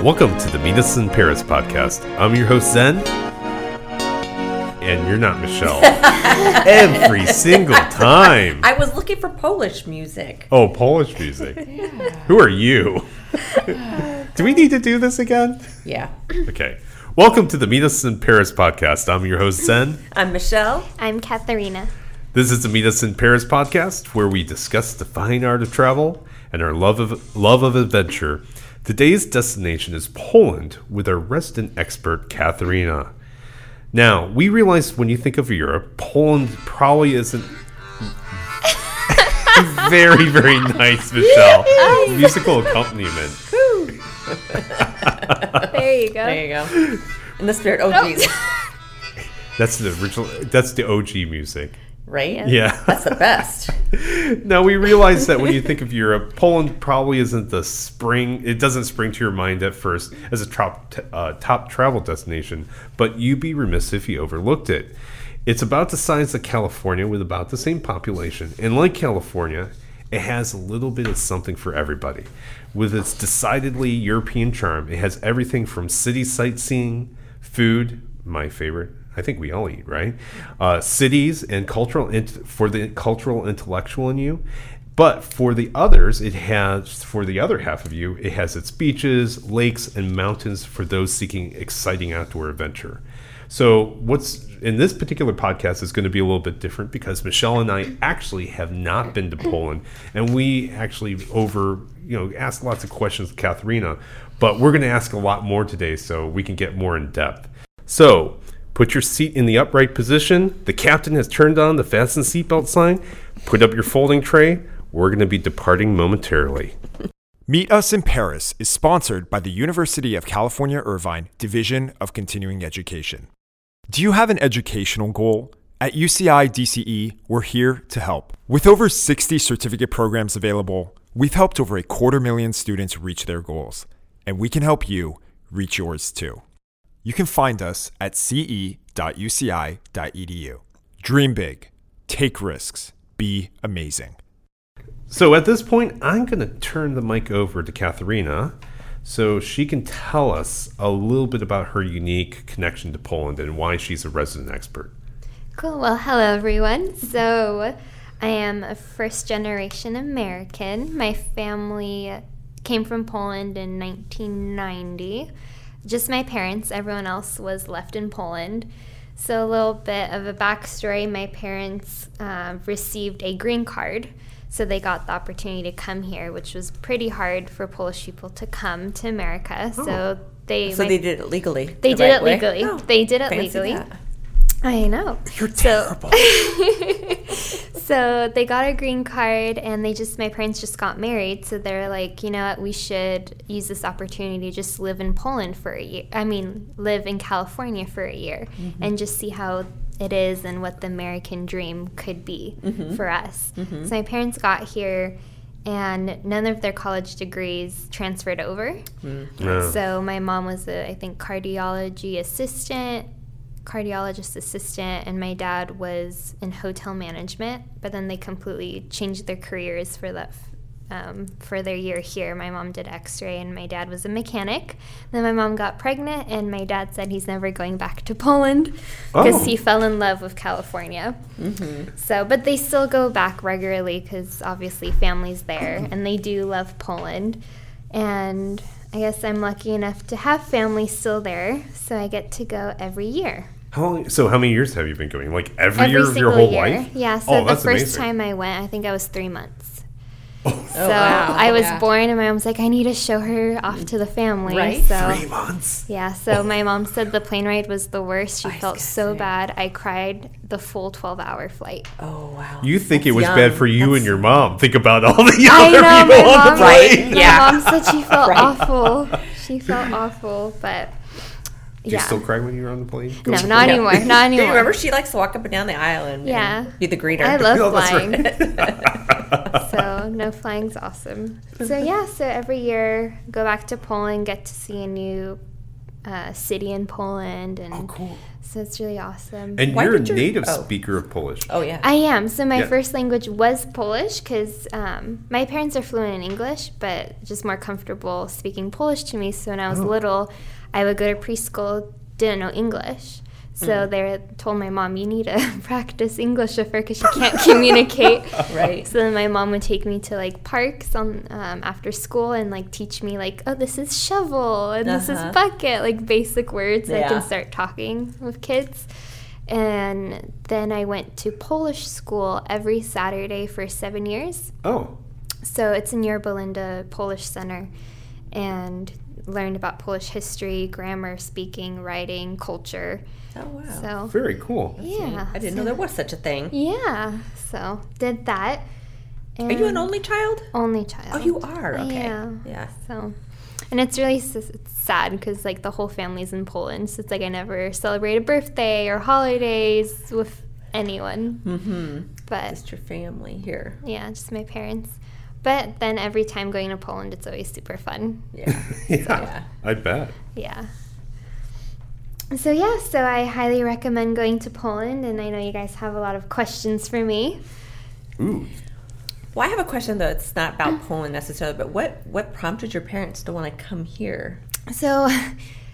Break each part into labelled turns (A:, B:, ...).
A: Welcome to the Meet Us in Paris podcast. I'm your host, Zen. And you're not Michelle. Every single time.
B: I was looking for Polish music.
A: Oh, Polish music. Who are you? do we need to do this again?
B: Yeah.
A: Okay. Welcome to the Meet Us in Paris podcast. I'm your host, Zen.
B: I'm Michelle.
C: I'm Katharina.
A: This is the Meet Us in Paris podcast, where we discuss the fine art of travel and our love of love of adventure. Today's destination is Poland with our resident expert Katharina. Now, we realize when you think of Europe, Poland probably isn't very, very nice, Michelle. Musical accompaniment.
C: There you go.
B: There you go. In the spirit, oh geez.
A: That's the original that's the OG music.
B: Right?
A: Yeah.
B: That's the best.
A: Now we realize that when you think of Europe, Poland probably isn't the spring. It doesn't spring to your mind at first as a top uh, top travel destination, but you'd be remiss if you overlooked it. It's about the size of California with about the same population, and like California, it has a little bit of something for everybody. With its decidedly European charm, it has everything from city sightseeing, food, my favorite. I think we all eat, right? Uh, cities and cultural int- for the cultural intellectual in you. But for the others, it has for the other half of you, it has its beaches, lakes, and mountains for those seeking exciting outdoor adventure. So what's in this particular podcast is going to be a little bit different because Michelle and I actually have not been to Poland, and we actually over you know asked lots of questions to Katharina, but we're going to ask a lot more today so we can get more in depth. So put your seat in the upright position. The captain has turned on the fasten seatbelt sign. Put up your folding tray. We're going to be departing momentarily.
D: Meet Us in Paris is sponsored by the University of California Irvine Division of Continuing Education. Do you have an educational goal? At UCI DCE, E, we're here to help. With over 60 certificate programs available, we've helped over a quarter million students reach their goals, and we can help you reach yours too. You can find us at E ce.uci.edu. E Dream big, take risks, be amazing.
A: So at this point, I'm going to turn the mic over to Katharina so she can tell us a little bit about her unique connection to Poland and why she's a resident expert.
C: Cool. Well, hello everyone. So, I am a first generation American. My family came from Poland in 1990. Just my parents, everyone else was left in Poland. So, a little bit of a backstory my parents uh, received a green card. So, they got the opportunity to come here, which was pretty hard for Polish people to come to America. So, they,
B: Oh. So
C: my-
B: they did it legally.
C: They
B: the
C: did
B: right
C: it
B: way.
C: legally.
B: Oh,
C: They did it
B: fancy
C: legally.
B: that.
C: I know.
A: You're terrible.
C: So they got a green card and they just, my parents just got married. So they're like, you know what, we should use this opportunity to just live in Poland for a year. I mean, live in California for a year
B: Mm-hmm.
C: and just see how it is and what the American dream could be
B: Mm-hmm.
C: for us. So my parents got here and none of their college degrees transferred over.
A: No.
C: So my mom was a, I think, cardiology assistant, cardiologist assistant, and my dad was in hotel management. But then they completely changed their careers for that. f- Um, for their year here, my mom did x ray and my dad was a mechanic. Then my mom got pregnant, and my dad said he's never going back to Poland because
A: Oh.
C: he fell in love with California. So, but they still go back regularly because obviously family's there and they do love Poland. And I guess I'm lucky enough to have family still there, so I get to go every year.
A: How long, so how many years have you been going? Like every,
C: every
A: year of your whole life?
C: Yeah, so
A: Oh,
C: the
A: that's
C: first
A: amazing. Oh.
C: time I went, I think I was three months. so
B: Oh, wow.
C: I was
B: Yeah.
C: born, and my mom's like, I need to show her off to the family.
B: Right?
C: So
A: Three months. Oh.
C: Yeah, so my mom said the plane ride was the worst. She felt
B: gonna
C: so
B: say.
C: bad. I cried the full 12 hour flight.
B: Oh, wow.
A: You think it
B: That's
A: was
B: young.
A: bad for you and your mom. Think about all the
C: I
A: other
C: know,
A: people
C: my
A: on the
C: mom,
A: plane.
B: plane.
C: my
B: Yeah.
C: mom said she felt
B: Right.
C: awful. She felt awful, but
A: Do
C: yeah.
A: you still cry when you were on the plane?
C: no,
B: No.
C: not anymore. Not
B: Do you
C: anymore.
B: remember she likes to walk up and down the aisle and, and
C: Yeah.
B: be the greeter?
C: I love
A: No, that's
C: flying,
A: right.
C: so no flying's awesome. So yeah, so every year go back to Poland, get to see a new uh, city in Poland, and
A: Oh, cool.
C: So it's really awesome.
A: And
B: Why
A: you're a
B: did your-
A: native
B: oh.
A: speaker of Polish.
B: Oh yeah.
C: I am. So my
A: Yeah.
C: first language was Polish because um, my parents are fluent in English, but just more comfortable speaking Polish to me. So when I
A: Oh.
C: was little, I would go to preschool, didn't know English. So
A: Mm.
C: they told my mom, you need to practice English with her because she can't communicate.
B: Right.
C: So then my mom would take me to like parks on um, after school and like teach me like, oh, this is shovel and this
B: Uh-huh.
C: is bucket, like basic words so I
B: Yeah.
C: can start talking with kids. And then I went to Polish school every Saturday for seven years.
A: Oh,
C: So it's in Yerbalinda Polish Center, and learned about Polish history, grammar, speaking, writing, culture.
B: Oh wow.
C: So
A: very cool.
C: yeah,
B: I didn't know there was such a thing.
C: yeah. So did that.
B: Are you an
C: and-
B: only child?
C: only child?
B: Oh, you are. Okay.
C: Yeah.
B: Yeah.
C: So, and it's really s- it's sad because like the whole family's in Poland, so it's like I never celebrate a birthday or holidays with anyone. Mm-hmm. But
B: It's your family here.
C: yeah, just my parents. But then every time going to Poland, it's always super fun.
B: Yeah.
A: yeah, I bet.
C: Yeah. So yeah, so I highly recommend going to Poland, and I know you guys have a lot of questions for me.
A: Ooh,
B: Well, I have a question though. It's not
C: Mm.
B: about Poland necessarily, but what what prompted your parents to want to come here?
C: So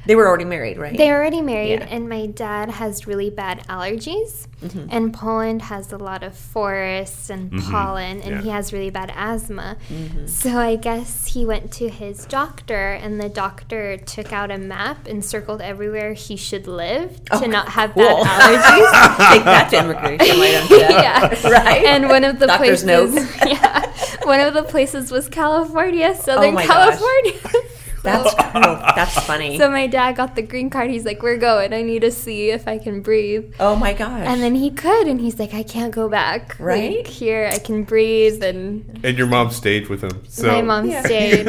B: They were already married, right?
C: They're already married,
B: Yeah. Mm-hmm.
C: and my dad has really bad allergies. And Poland has a lot of forests and pollen, and
A: yeah.
C: he has really bad asthma.
B: Mm-hmm.
C: So I guess he went to his doctor, and the doctor took out a map and circled everywhere he should live to not have
B: Oh, cool.
C: bad allergies.
B: Take that to immigration, right? after that.
C: yeah,
B: Right.
C: And one of the
B: Doctor's note.
C: places,
B: Oh
C: yeah, one of the places was California, Southern
B: my gosh.
C: California.
B: That's cool. That's funny.
C: So my dad got the green card. He's like, "We're going. I need to see if I can breathe."
B: oh my gosh.
C: And then he could, and he's like, "I can't go back.
B: Right?
C: Like, here, I can breathe." And
A: and your mom stayed with him. So
C: my mom
B: Yeah.
C: stayed.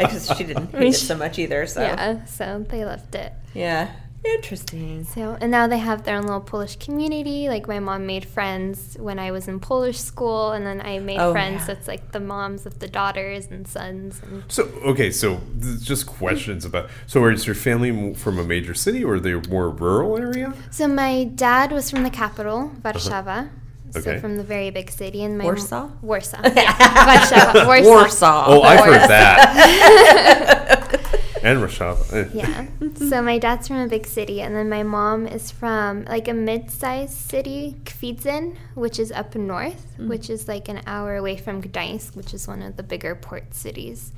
B: I just she didn't hate
C: mean,
B: it
C: she-
B: so much either. So
C: yeah, so they loved it.
B: Yeah. Interesting.
C: So and now they have their own little Polish community. Like my mom made friends when I was in Polish school, and then I made
B: Oh,
C: friends.
B: yeah.
C: So it's like the moms of the daughters and sons. And
A: So okay, so this is just questions about. So is your family mo- from a major city, or they're more rural area?
C: so my dad was from the capital, Warszawa.
A: Uh-huh. Okay.
C: So from the very big city, and my
B: Warsaw?
C: Warsaw, yeah, Warszawa, Warsaw.
A: Oh, I've
C: course.
A: heard that. and eh, Rashava.
C: Yeah. so my dad's from a big city, and then my mom is from like a mid-sized city, Kwidzyn, which is up north, which is like an hour away from Gdańsk, which is one of the bigger port cities.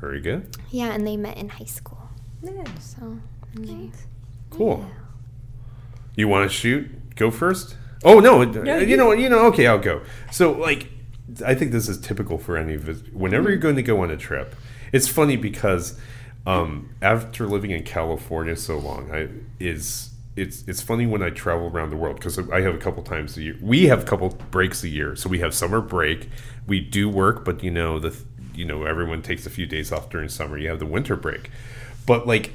A: Very good.
C: Yeah, and they met in high school.
B: Yes.
C: So and they-
A: Cool. You want to shoot? Go first. Oh no! you know what? You know. Okay, I'll go. So like, I think this is typical for any of us. Whenever you're going to go on a trip, it's funny because um, after living in California so long, I is it's it's funny when I travel around the world because I have a couple times a year. We have a couple breaks a year, so we have summer break. We do work, but you know the you know everyone takes a few days off during summer. You have the winter break, but like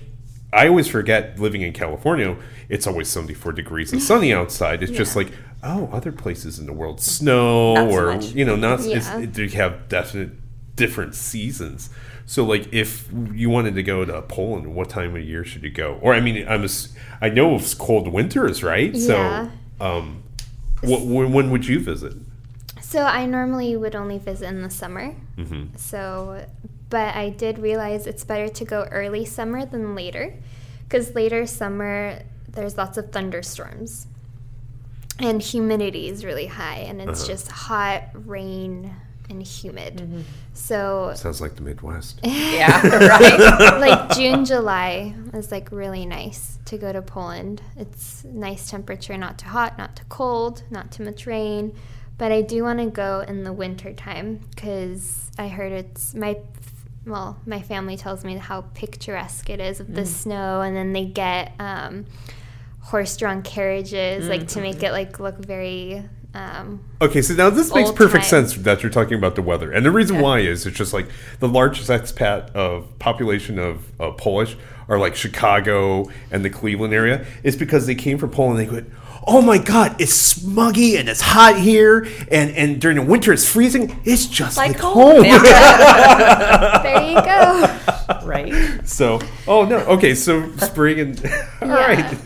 A: I always forget living in California, it's always 74 degrees and sunny outside. It's just like, oh, other places in the world, snow
B: Not so
A: or,
B: much.
A: you know, not, it's-
C: Yeah.
A: it- they have definite different seasons. So, like, if you wanted to go to Poland, what time of year should you go? Or, I mean, I'm ass- I know it's cold winters, right?
C: Yeah.
A: So, um, wh- wh- when would you visit?
C: So I normally would only visit in the summer. So, but I did realize it's better to go early summer than later, because later summer there's lots of thunderstorms, and humidity is really high, and it's just hot, rain, and humid. So
A: Sounds like the Midwest.
B: Yeah. Right.
C: like June, July is like really nice to go to Poland. It's nice temperature, not too hot, not too cold, not too much rain. But I do want to go in the winter time because I heard it's my well, my family tells me how picturesque it
A: Mm.
C: is with the snow, and then they get um, horse-drawn carriages like to make it
A: Mm.
C: like look very. Um,
A: Okay, so now this makes
C: Old
A: perfect
C: time.
A: sense that you're talking about the weather, and the reason why is it's just like the largest expat of population of uh, Polish are like Chicago and the Cleveland area. It's because they came from Poland. They went, "Oh my God, it's smuggy and it's hot here, and and during the winter it's freezing. It's just like,
B: Like
A: home."
B: home. Yeah.
C: there you go.
B: right.
A: so, oh no, okay, so spring and all right.
C: Yeah.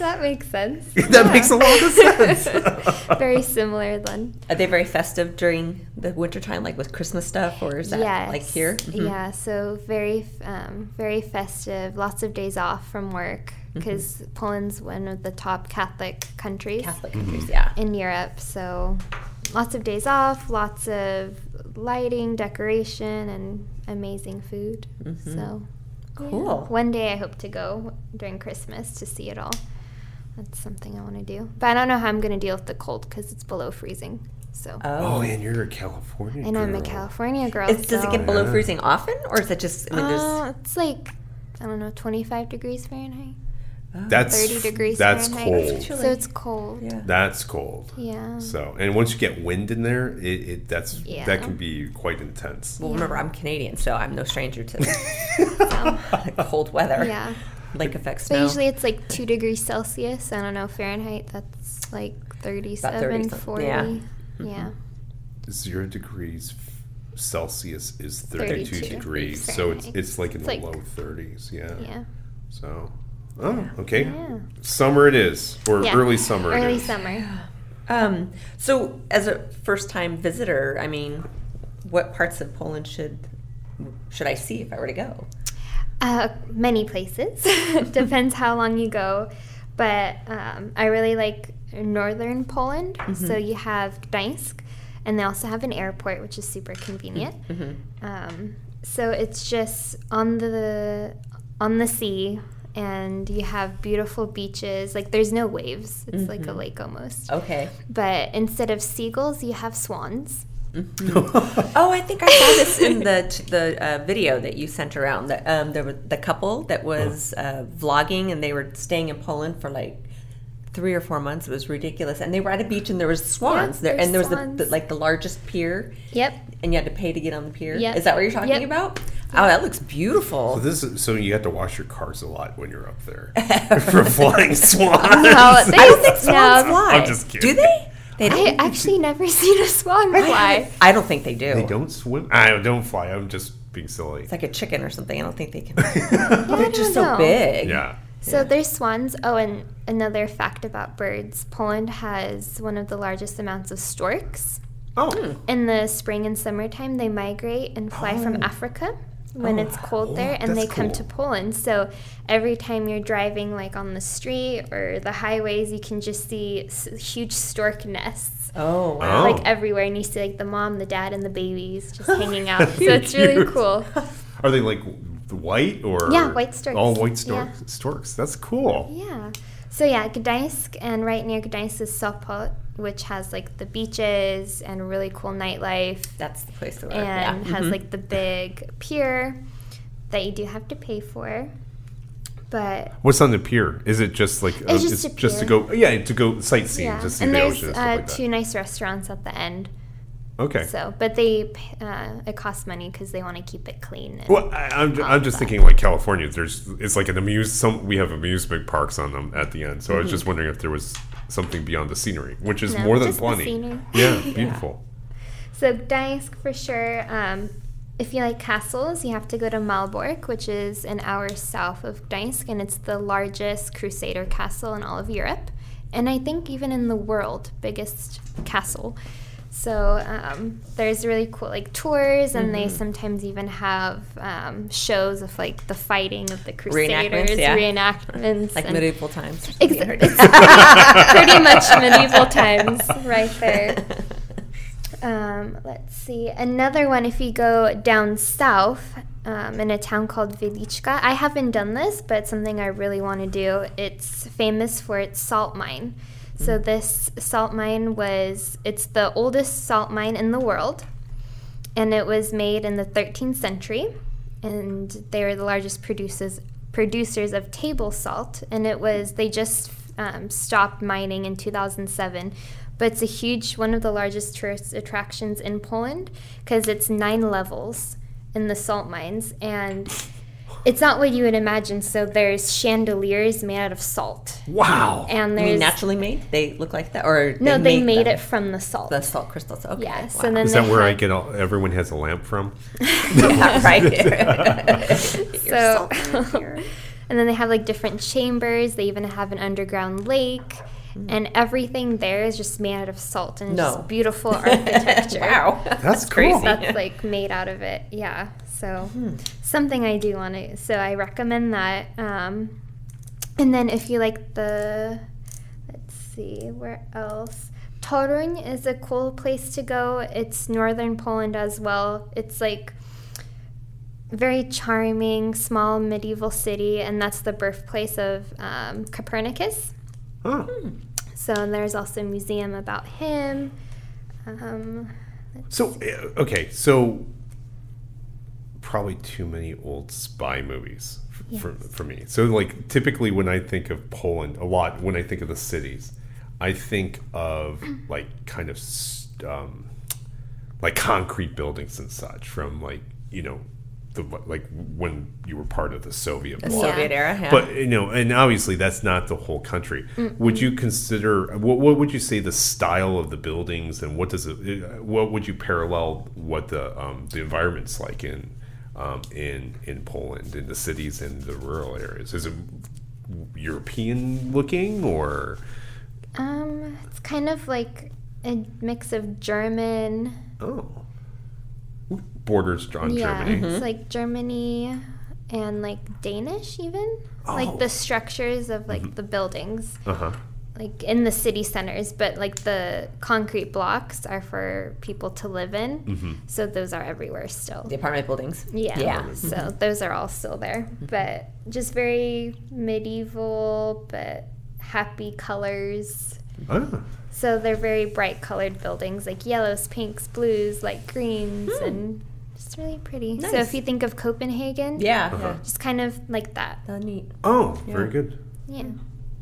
C: that makes sense.
A: that makes a lot of sense.
C: Very similar then.
B: Are they very festive during the wintertime, like with Christmas stuff, or is that
C: yes.
B: like here? Mm-hmm.
C: Yeah, so very, um, very festive. Lots of days off from work
B: Mm-hmm.
C: because Poland's one of the top Catholic countries
B: Catholic
A: Mm-hmm.
B: countries, yeah.
C: in Europe. So lots of days off, lots of lighting, decoration, and amazing food. So yeah.
B: Mm-hmm. Cool.
C: One day I hope to go during Christmas to see it all. That's something I want to do, but I don't know how I'm going to deal with the cold because it's below freezing. So.
A: Oh, and you're a California.
C: and I'm a
A: girl.
C: California girl.
B: It's, does it
C: so-
B: get below
A: Oh, Yeah.
B: freezing often, or is it just? I mean, there's
C: Uh, it's like I don't know, 25 degrees Fahrenheit.
A: That's
C: 30 degrees
A: That's
C: Fahrenheit.
A: cold.
B: That's
C: So it's cold. Yeah.
B: yeah.
A: That's cold. So, and once you get wind in there, it, it that's
C: Yeah.
A: that can be quite intense.
B: Well, remember, I'm Canadian, so I'm no stranger to the cold weather.
C: Yeah.
B: Lake effect
C: But
B: snow.
C: usually it's like 2 degrees Celsius. I don't know, Fahrenheit, that's like 37,
B: 30 something,
C: 40.
B: yeah.
C: Yeah.
A: Zero degrees f- Celsius is 32,
C: 32
A: degrees,
C: degrees
A: so it's
C: Fahrenheit.
A: it's like in
C: It's
A: the
C: like-
A: low 30s. Yeah.
C: Yeah.
A: So, oh, okay.
C: Yeah.
A: Summer it is, or
C: Yeah.
A: early summer. it
C: Early
A: is.
C: summer.
B: Um, so, as a first-time visitor, I mean, what parts of Poland should should I see if I were to go?
C: Uh, many places. Depends how long you go. But um, I really like northern Poland.
B: Mm-hmm.
C: So you have Gdańsk, and they also have an airport, which is super convenient.
B: Mm-hmm.
C: Um, so it's just on the on the sea, and you have beautiful beaches. Like there's no waves. It's like
B: Mm-hmm.
C: a lake almost.
B: Okay.
C: But instead of seagulls, you have swans.
B: Oh, I think I saw this in the the uh, video that you sent around. The, um, there were the couple that
C: Oh.
B: was uh, vlogging, and they were staying in Poland for like three or four months. It was ridiculous, and they were at a beach, and there was swans
C: Yeah,
B: there, and there
C: there's
B: was the, the,
C: swans.
B: like the largest pier,
C: Yep.
B: and you had to pay to get on the pier.
C: Yep.
B: Is that what you're talking
C: Yep.
B: about? Oh, that looks
A: So
B: beautiful.
A: this is, so you have to wash your cars a lot when you're up there for flying swans.
C: No, Oh, they,
B: I don't think
C: no.
B: swans fly.
A: I'm just kidding.
B: Do they? They
C: I
B: don't.
C: actually never seen a swan fly.
B: I don't think they do.
A: They don't swim. I don't fly. I'm just being silly.
B: It's like a chicken or something. I don't think they can. They're
C: I
B: just
C: don't
B: so
C: know.
B: big.
A: Yeah.
C: So there's swans. Oh, and another fact about birds Poland has one of the largest amounts of storks.
A: Oh.
C: In the spring and summertime, they migrate and fly
B: Oh.
C: from Africa when it's cold there and
A: that's
C: they come
A: cool.
C: to Poland. So every time you're driving, like on the street or the highways, you can just see s- huge stork nests.
B: Oh wow.
A: Oh.
C: Like uh, everywhere, and you see like the mom, the dad, and the babies just hanging out. So it's really
A: Cute.
C: cool.
A: Are they like the white or
C: Yeah, white storks.
A: All white
C: Yeah.
A: storks. Storks. That's cool.
C: Yeah. So yeah, Gdańsk, and right near Gdańsk is Sopot, which has like the beaches and really cool nightlife,
B: That's the place to work.
C: and
B: yeah.
C: has
A: Mm-hmm.
C: like the big pier that you do have to pay for. But
A: What's on the pier? Is it just like uh,
C: It's just a
A: just to
C: pier.
A: go? Yeah, to go sightseeing,
C: yeah,
A: to see
C: and
A: the
C: there's
A: ocean and stuff
C: uh,
A: like that.
C: two nice restaurants at the end.
A: okay.
C: So, but they p- uh, it costs money because they want to keep it clean. And,
A: Well, I, I'm, I'm just thinking like California. There's it's like an amuse. Some we have amusement parks on them at the end. So I was just wondering if there was something beyond the scenery, which is
C: Mm-hmm. No,
A: more than
C: just the
A: plenty.
C: scenery.
A: yeah, beautiful.
C: So Gdańsk for sure. Um, if you like castles, you have to go to Malbork, which is an hour south of Gdańsk, and it's the largest crusader castle in all of Europe, and I think even in the world, biggest castle. So um, there's really cool like tours,
B: Mm-hmm.
C: and they sometimes even have um, shows of like the fighting of the crusaders,
B: yeah.
C: reenactments,
B: like
C: and-
B: medieval times.
C: Ex- it's pretty much medieval times, right there. Um, let's see. Another one, if you go down south um, in a town called Velichka, I haven't done this, but it's something I really want to do. It's famous for its salt mine. So, this salt mine was, it's the oldest salt mine in the world, and it was made in the 13th century, and they were the largest producers, producers of table salt, and it was, they just um, stopped mining in 2007 but it's a huge one of the largest tourist attractions in Poland because it's nine levels in the salt mines and it's not what you would imagine so there's chandeliers made out of salt
A: Wow.
C: and
B: I mean,
C: there's
B: naturally made. They look like that, or
C: no they,
B: make
C: made
B: them?
C: it from the salt
B: the salt crystals. Okay.
C: yes
B: wow.
C: and then
A: Is that
C: they
A: where I
C: had-
A: get all, everyone has a lamp from?
B: Yeah, right. Your
C: So-
B: salt in here.
C: And then they have like different chambers. They even have an underground lake. And everything there is just made out of salt and it's
B: Mm-hmm. No.
C: just beautiful architecture.
B: Wow.
A: That's cool.
C: That's like made out of it. Yeah. So something I do want to. So I recommend that. Um, and then if you like the, let's see where else. Toruń is a cool place to go. It's northern Poland as well. It's like very charming, small medieval city, and that's the birthplace of um, Copernicus.
A: Huh.
C: So there's also a museum about him. Um,
A: So uh, okay, so probably too many old spy movies f- for for me. So like typically when I think of Poland, a lot when I think of the cities, I think of like kind of s- um, like concrete buildings and such from like you know the like when you were part of the Soviet bloc.
B: Soviet era. Yeah.
A: But you know, and obviously that's not the whole country. Would you consider what, what would you say the style of the buildings and what does it? uh, What would you parallel what the um, the environment's like in um, in in Poland in the cities and the rural areas? Is it European looking or
C: Um, it's kind of like a mix of German.
A: oh borders drawn
C: Yeah,
A: Germany?
C: it's like Germany and like Danish even.
A: Oh. Mm-hmm.
C: Like the structures of like the buildings,
B: Mm-hmm.
A: Uh huh.
C: like in the city centers, but like the concrete blocks are for people to live in.
A: Mm-hmm.
C: So those are everywhere still.
B: the apartment buildings.
C: Yeah.
B: Yeah.
C: So those are all still there, but just very medieval but happy colors.
A: Ah,
C: So they're very bright colored buildings, like yellows, pinks, blues, light greens, and just really pretty. So
B: Nice.
C: if you think of Copenhagen,
B: Yeah.
A: Uh-huh.
C: just kind of like that.
B: yeah. Neat.
A: oh, very
B: Yeah.
A: good.
C: Yeah.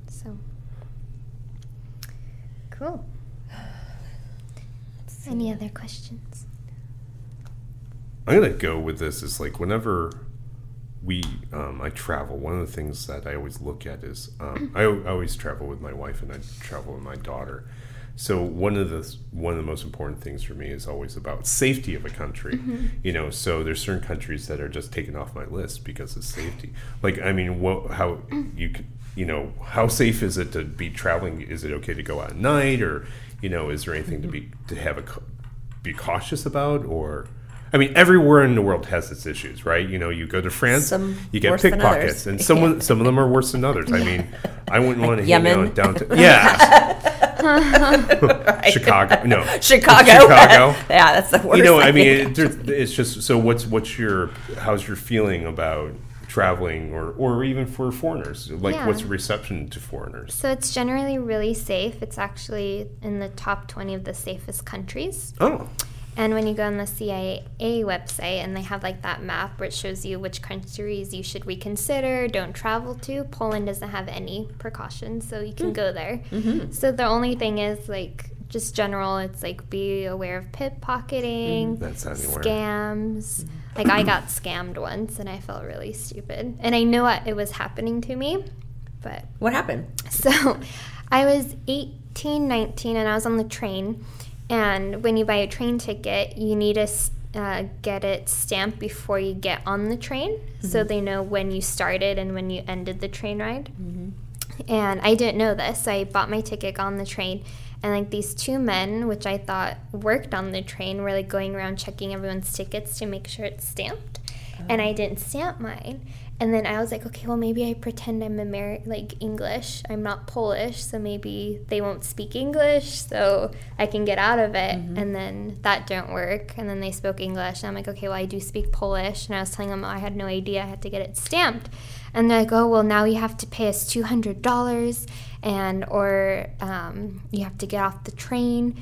C: So cool. Any other questions?
A: I'm gonna go with this. Is like whenever we um, I travel, one of the things that I always look at is um, I, al- I always travel with my wife and I travel with my daughter. So one of the one of the most important things for me is always about safety of a country. You know, so there's certain countries that are just taken off my list because of safety. Like I mean, what how you could you know how safe is it to be traveling? Is it okay to go out at night or you know is there anything to be to have a co- be cautious about or I mean, everywhere in the world has its issues, right? You know, you go to France,
B: Some
A: you get
B: worse than
A: pickpockets,
B: others.
A: and some of- some of them are worse than others. I mean, I wouldn't want to hang
B: Yemen.
A: out downtown. Yeah, Chicago. No,
B: Chicago.
A: Chicago.
B: yeah, that's the worst.
A: you know, I mean,
B: think.
A: it, there's- it's just so. What's what's your how's your feeling about traveling, or or even for foreigners? Like,
C: Yeah.
A: what's reception to foreigners?
C: So it's generally really safe. It's actually in the top 20 of the safest countries.
A: Oh,
C: And when you go on the CIA website and they have like that map where it shows you which countries you should reconsider, don't travel to, Poland doesn't have any precautions, so you can go there. So the only thing is like just general, it's like be aware of pickpocketing,
A: that's not anywhere.
C: scams. Like I got scammed once and I felt really stupid. And I knew what it was happening to me, but
B: what happened?
C: so I was 18, 19, and I was on the train. And when you buy a train ticket, you need to s- uh, get it stamped before you get on the train so they know when you started and when you ended the train ride. And I didn't know this, so I bought my ticket on the train. And like these two men, which I thought worked on the train, were like going around checking everyone's tickets to make sure it's stamped. And I didn't stamp mine. And then I was like, okay, well maybe I pretend I'm Ameri- like English. I'm not Polish, so maybe they won't speak English, so I can get out of it. And then that didn't work. And then they spoke English, and I'm like, okay, well I do speak Polish. And I was telling them I had no idea. I had to get it stamped. And they're like, oh, well, now you have to pay us $200 and, or um, you have to get off the train.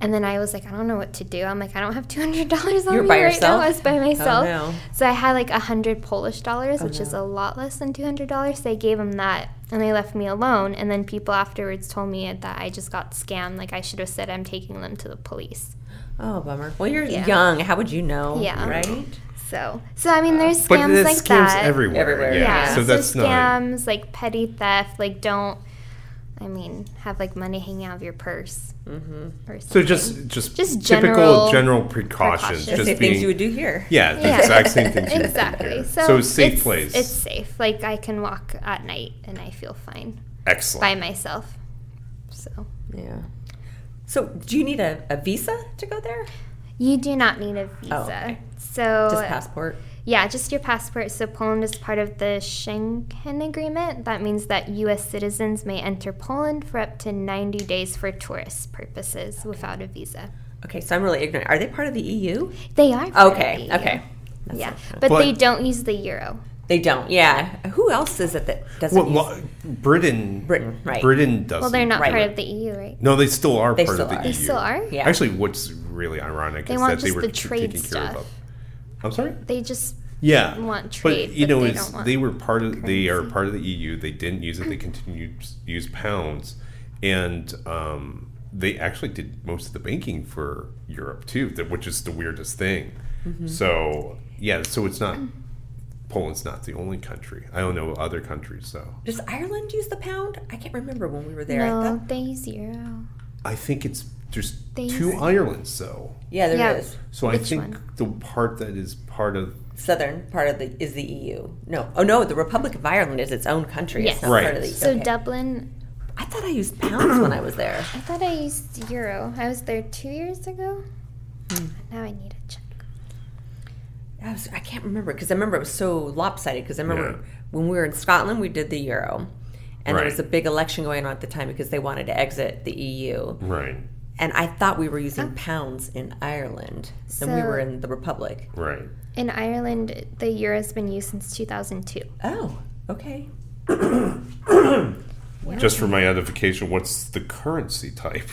C: And then I was like, I don't know what to do. I'm like, I don't have $200 on
B: You were
C: me
B: by
C: right
B: yourself? Oh,
C: now. I was by myself.
B: no. Oh,
C: So I had like 100 Polish dollars, which is a lot less than $200. So I gave them that and they left me alone. And then people afterwards told me that I just got scammed. Like I should have said I'm taking them to the police.
B: Oh, bummer. Well, you're young. How would you know?
C: Yeah.
B: Right?
C: So, so I mean, there's
A: but
C: scams
A: there's
C: like
A: scams
C: that.
A: everywhere.
B: Everywhere,
A: Yeah.
C: Yeah.
B: yeah.
A: So that's not.
C: scams like petty theft. Like don't. I mean, have like money hanging out of your purse. Mm-hmm. Or
A: So
C: something.
A: just just,
C: Just
A: typical
C: general
A: general precautions.
C: precautions.
B: the
A: Just
B: same
A: being
B: things you would do here.
A: yeah, the
C: Yeah.
A: exact same things. you would do
C: exactly.
A: here.
C: So,
A: it's safe
C: it's-
A: place.
C: It's safe. Like I can walk at night and I feel fine
A: excellent.
C: by myself. So
B: Yeah. So, do you need a, a visa to go there?
C: you do not need a visa.
B: Oh, okay.
C: So
B: Just passport.
C: Yeah, just your passport. So Poland is part of the Schengen Agreement. That means that U.S. citizens may enter Poland for up to 90 days for tourist purposes without a visa.
B: Okay, so I'm really ignorant. Are they part of the EU?
C: They are. part of
B: Okay,
C: the E EU.
B: okay.
C: Yeah, but
A: But-
C: they don't use the euro.
B: They don't. Yeah. Who else is it that doesn't?
A: Well,
B: use-
A: lo- Britain,
B: Britain, right.
A: Britain doesn't.
C: Well, they're not
B: Right.
C: part of the EU, right?
A: No, they still are
B: They
A: part of
B: still
A: the
B: are.
A: EU.
C: They still are.
B: Yeah.
A: Actually, what's really ironic
C: They
A: is
C: want
A: that they
C: just
A: were
C: the
A: t-
C: trade
A: taking care
C: stuff.
A: of. I'm sorry.
C: They just
A: Yeah,
C: want trade,
A: but you
C: but
A: know,
C: they
A: it's,
C: don't want
A: they were part of. They are part of the EU. They didn't use it. They continued to use pounds, and um, they actually did most of the banking for Europe too, th- which is the weirdest thing.
C: Mm-hmm.
A: So yeah, so it's not. Poland's not the only country. I don't know other countries though.
B: Does Ireland use the pound? I can't remember when we were there. I
C: no,
B: thought,
C: they use euro.
A: I think it's there's
C: They
A: two
C: use-
A: Irelands though.
B: yeah, there
C: Yeah.
B: is.
A: So I
C: Which
A: think the part that is part of
B: Southern part of the is the EU. No. Oh no, the Republic of Ireland is its own country. It's
C: Yes.
B: not part
A: Right.
B: of the E
C: So
B: okay.
C: Dublin,
B: I thought I used pounds when I was there.
C: I thought I used euro. I was there two years ago. Now I need to check.
B: I, was, I can't remember because I remember it was so lopsided. Because I remember
A: Yeah.
B: when we were in Scotland, we did the euro, and there was a
A: Right.
B: big election going on at the time because they wanted to exit the EU.
A: right,
B: And I thought we were using pounds in Ireland, and we
C: So-
B: were in the Republic.
A: right.
C: In Ireland, the euro has been used since 2002.
B: Oh, okay.
A: Just for my edification, what's the currency type?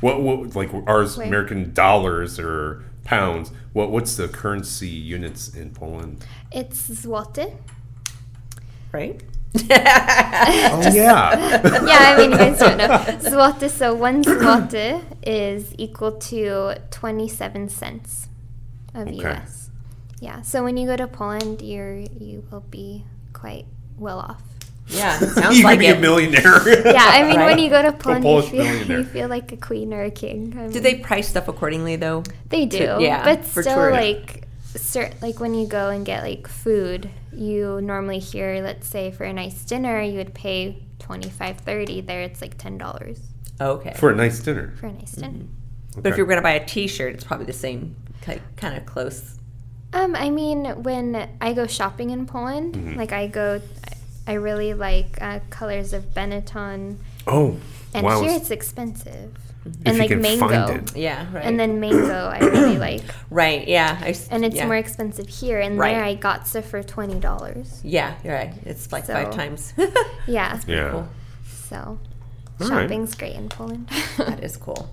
A: What, what like ours
C: Wait.
A: American dollars or pounds? What what's the currency units in Poland?
C: It's złoty.
B: Right?
A: Oh yeah,
C: yeah, I mean, you guys don't know. Złoty, so one złoty is equal to 27 cents of
A: Okay.
C: US. Yeah, so when you go to Poland, you're, you will be quite well off.
B: Yeah, it sounds
A: you
B: like
A: could be
B: it.
A: a millionaire.
C: Yeah, I mean, when
B: Right.
C: you go to Poland, you
A: Polish
C: feel,
A: millionaire.
C: you feel like a queen or a king. I
B: Do
C: mean,
B: they price stuff accordingly though?
C: They do.
B: yeah,
C: but
B: for
C: still,
B: tourism.
C: like, cer- like when you go and get like food, you normally hear, let's say, for a nice dinner, you would pay 25 30 There, it's like $10
B: Okay.
A: for a nice dinner.
C: for a nice dinner.
B: But if you're going to buy a T-shirt, it's probably the same kind of close.
C: Um, I mean, when I go shopping in Poland, like I go, I really like uh, colors of Benetton,
A: Oh
C: and
A: wow,
C: here
A: if
C: it's expensive,
A: you
C: and like
A: can
C: mango,
A: find it,
B: Yeah. Right.
C: and then mango I really like,
B: right. Yeah. I s-
C: and it's
B: yeah.
C: more expensive here, and there
B: Right.
C: I got stuff for twenty dollars.
B: Yeah. You're right. It's like five
C: So-
B: times.
C: Yeah,
A: yeah.
B: cool.
C: so
A: All right.
C: shopping's great in Poland.
B: that is cool.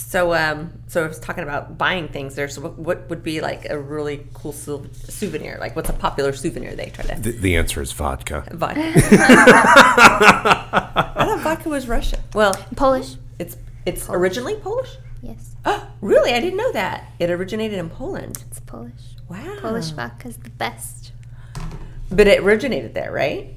B: So, um, so I was talking about buying things there. So, what, what would be like a really cool sou- souvenir? Like, what's a popular souvenir they try to
A: The, the answer is vodka.
B: vodka? I thought vodka was Russian. Well,
C: Polish,
B: it's it's originally Polish.
C: yes,
B: Oh, really? I didn't know that. It originated in Poland.
C: it's Polish.
B: Wow.
C: Polish vodka's the best.
B: But it originated there, right?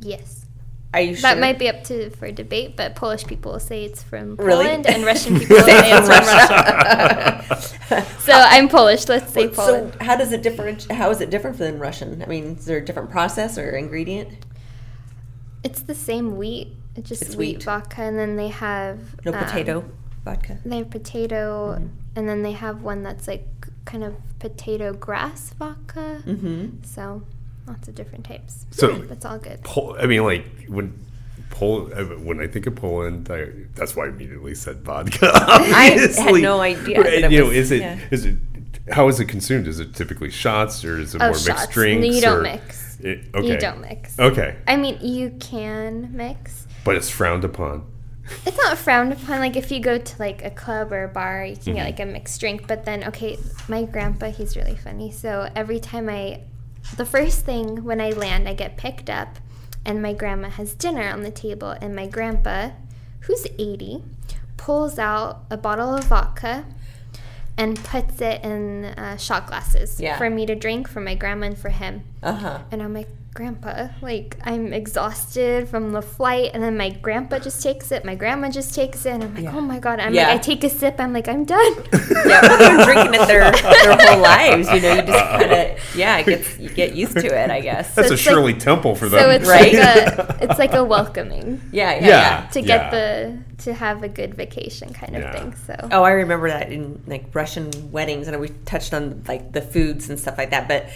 C: Yes.
B: Are you
C: That
B: sure?
C: might be up to for debate, but Polish people will say it's from
B: Really?
C: Poland, and Russian people will say it's from Russia. so I'm Polish. Let's say
B: so,
C: Poland.
B: how does it different? How is it different than Russian? I mean, is there a different process or ingredient?
C: it's the same wheat. It's just
B: It's
C: wheat,
B: wheat.
C: vodka, and then they have
B: No
C: um,
B: potato Mm-hmm. vodka.
C: They have potato, and then they have one that's like kind of potato grass vodka.
B: Mm-hmm.
C: So lots of different types.
A: So-
C: that's all good.
A: Pol- I mean, like when Pol- uh, when I think of Poland, I, that's why I immediately said vodka. obviously.
B: no idea
A: Right,
B: that it
A: you know,
B: was-
A: is it is
B: yeah.
A: it how is it consumed? Is it typically shots or is it
C: Oh,
A: more
C: shots.
A: mixed drinks?
C: you don't
A: or-
C: mix.
A: It- okay. Oh.
C: You don't mix.
A: Okay,
C: I mean, you can mix.
A: but it's frowned upon.
C: It's not frowned upon. Like if you go to like a club or a bar, you can get like a mixed drink. But then, okay, my grandpa, he's really funny. So every time I, the first thing when I land, I get picked up, and my grandma has dinner on the table, and my grandpa, who's eighty, pulls out a bottle of vodka. And puts it in uh, shot glasses
B: Yeah.
C: for me to drink, for my grandma, and for him.
B: Uh huh.
C: And I'm like, grandpa. Like I'm exhausted from the flight, and then my grandpa just takes it. My grandma just takes it, and I'm like, oh my god. I'm
B: Yeah.
C: like, I take a sip. I'm like, I'm done.
B: Yeah, well, they've been drinking it their, their whole lives. You know, you just kind of yeah, it gets you get used to it, I guess.
A: That's a
C: it's like-
A: Shirley Temple for them.
C: so it's
B: Right?
C: like a it's like a welcoming
B: Yeah, yeah, yeah.
A: yeah,
C: to get
A: yeah.
C: the to have a good vacation kind of
A: Yeah.
C: thing. So
B: Oh, I remember that in like Russian weddings. I know we touched on like the foods and stuff like that, but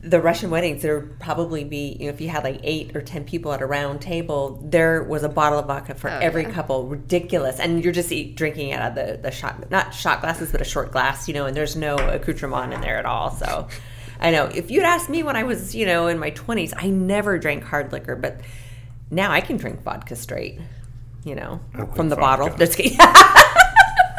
B: the Russian weddings, there would probably be, you know, if you had like eight or 10 people at a round table, there was a bottle of vodka for every couple. Ridiculous. And you're just eat, drinking out of the, the shot, not shot glasses, but a short glass, you know, and there's no accoutrement in there at all. So I know if you'd asked me when I was, you know, in my 20s, I never drank hard liquor, but now I can drink vodka straight, you know, from
A: like
B: the bottle.
A: vodka.
B: Just kidding.